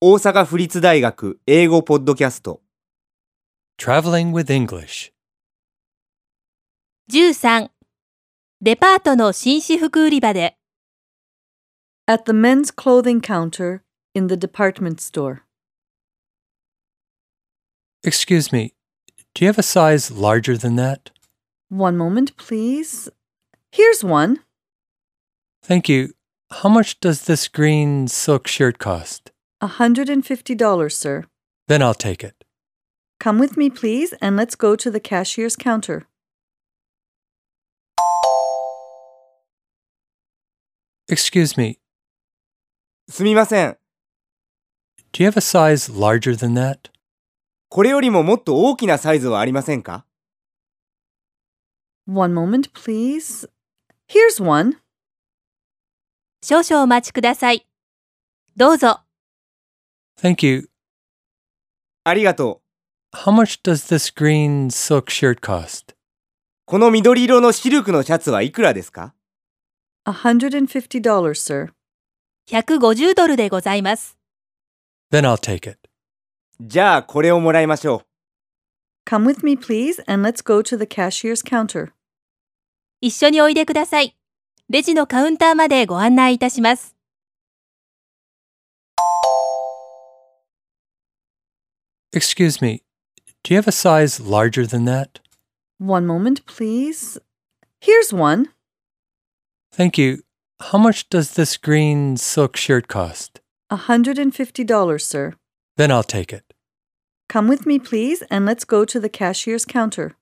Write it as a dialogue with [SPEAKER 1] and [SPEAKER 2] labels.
[SPEAKER 1] 大阪府立大学英語ポッドキャスト
[SPEAKER 2] Traveling with English.
[SPEAKER 3] 13デパートの紳士服売り場で
[SPEAKER 4] At the men's clothing counter in the department store.
[SPEAKER 2] Excuse me, do you have a size larger than that?
[SPEAKER 4] One moment, please. Here's one.
[SPEAKER 2] Thank you. How much does this green silk shirt cost?
[SPEAKER 4] a $150, sir.
[SPEAKER 2] Then I'll take it.
[SPEAKER 4] Come with me, please, and let's go to the cashier's counter.
[SPEAKER 2] Excuse me,
[SPEAKER 1] すみません
[SPEAKER 2] do you have a size larger than that?
[SPEAKER 1] これよりももっと大きなサイズはありませんか
[SPEAKER 4] One moment, please. Here's one.
[SPEAKER 3] 少々お待ちくださいどうぞ
[SPEAKER 2] Thank you.
[SPEAKER 1] ありがとう
[SPEAKER 2] How much does this green silk shirt cost?
[SPEAKER 1] この緑色のシルクのシャツはいくらですか
[SPEAKER 4] a $150, sir.
[SPEAKER 3] 150ドルでございます
[SPEAKER 2] Then I'll take it.
[SPEAKER 1] じゃあこれをもらいましょう
[SPEAKER 4] Come with me, please, and let's go to the cashier's counter.
[SPEAKER 3] 一緒においでくださいレジのカウンターまでご案内いたします
[SPEAKER 2] Excuse me, do you have a size larger than that?
[SPEAKER 4] One moment, please. Here's one.
[SPEAKER 2] Thank you. How much does this green silk shirt cost?
[SPEAKER 4] a $150, sir.
[SPEAKER 2] Then I'll take it.
[SPEAKER 4] Come with me, please, and let's go to the cashier's counter.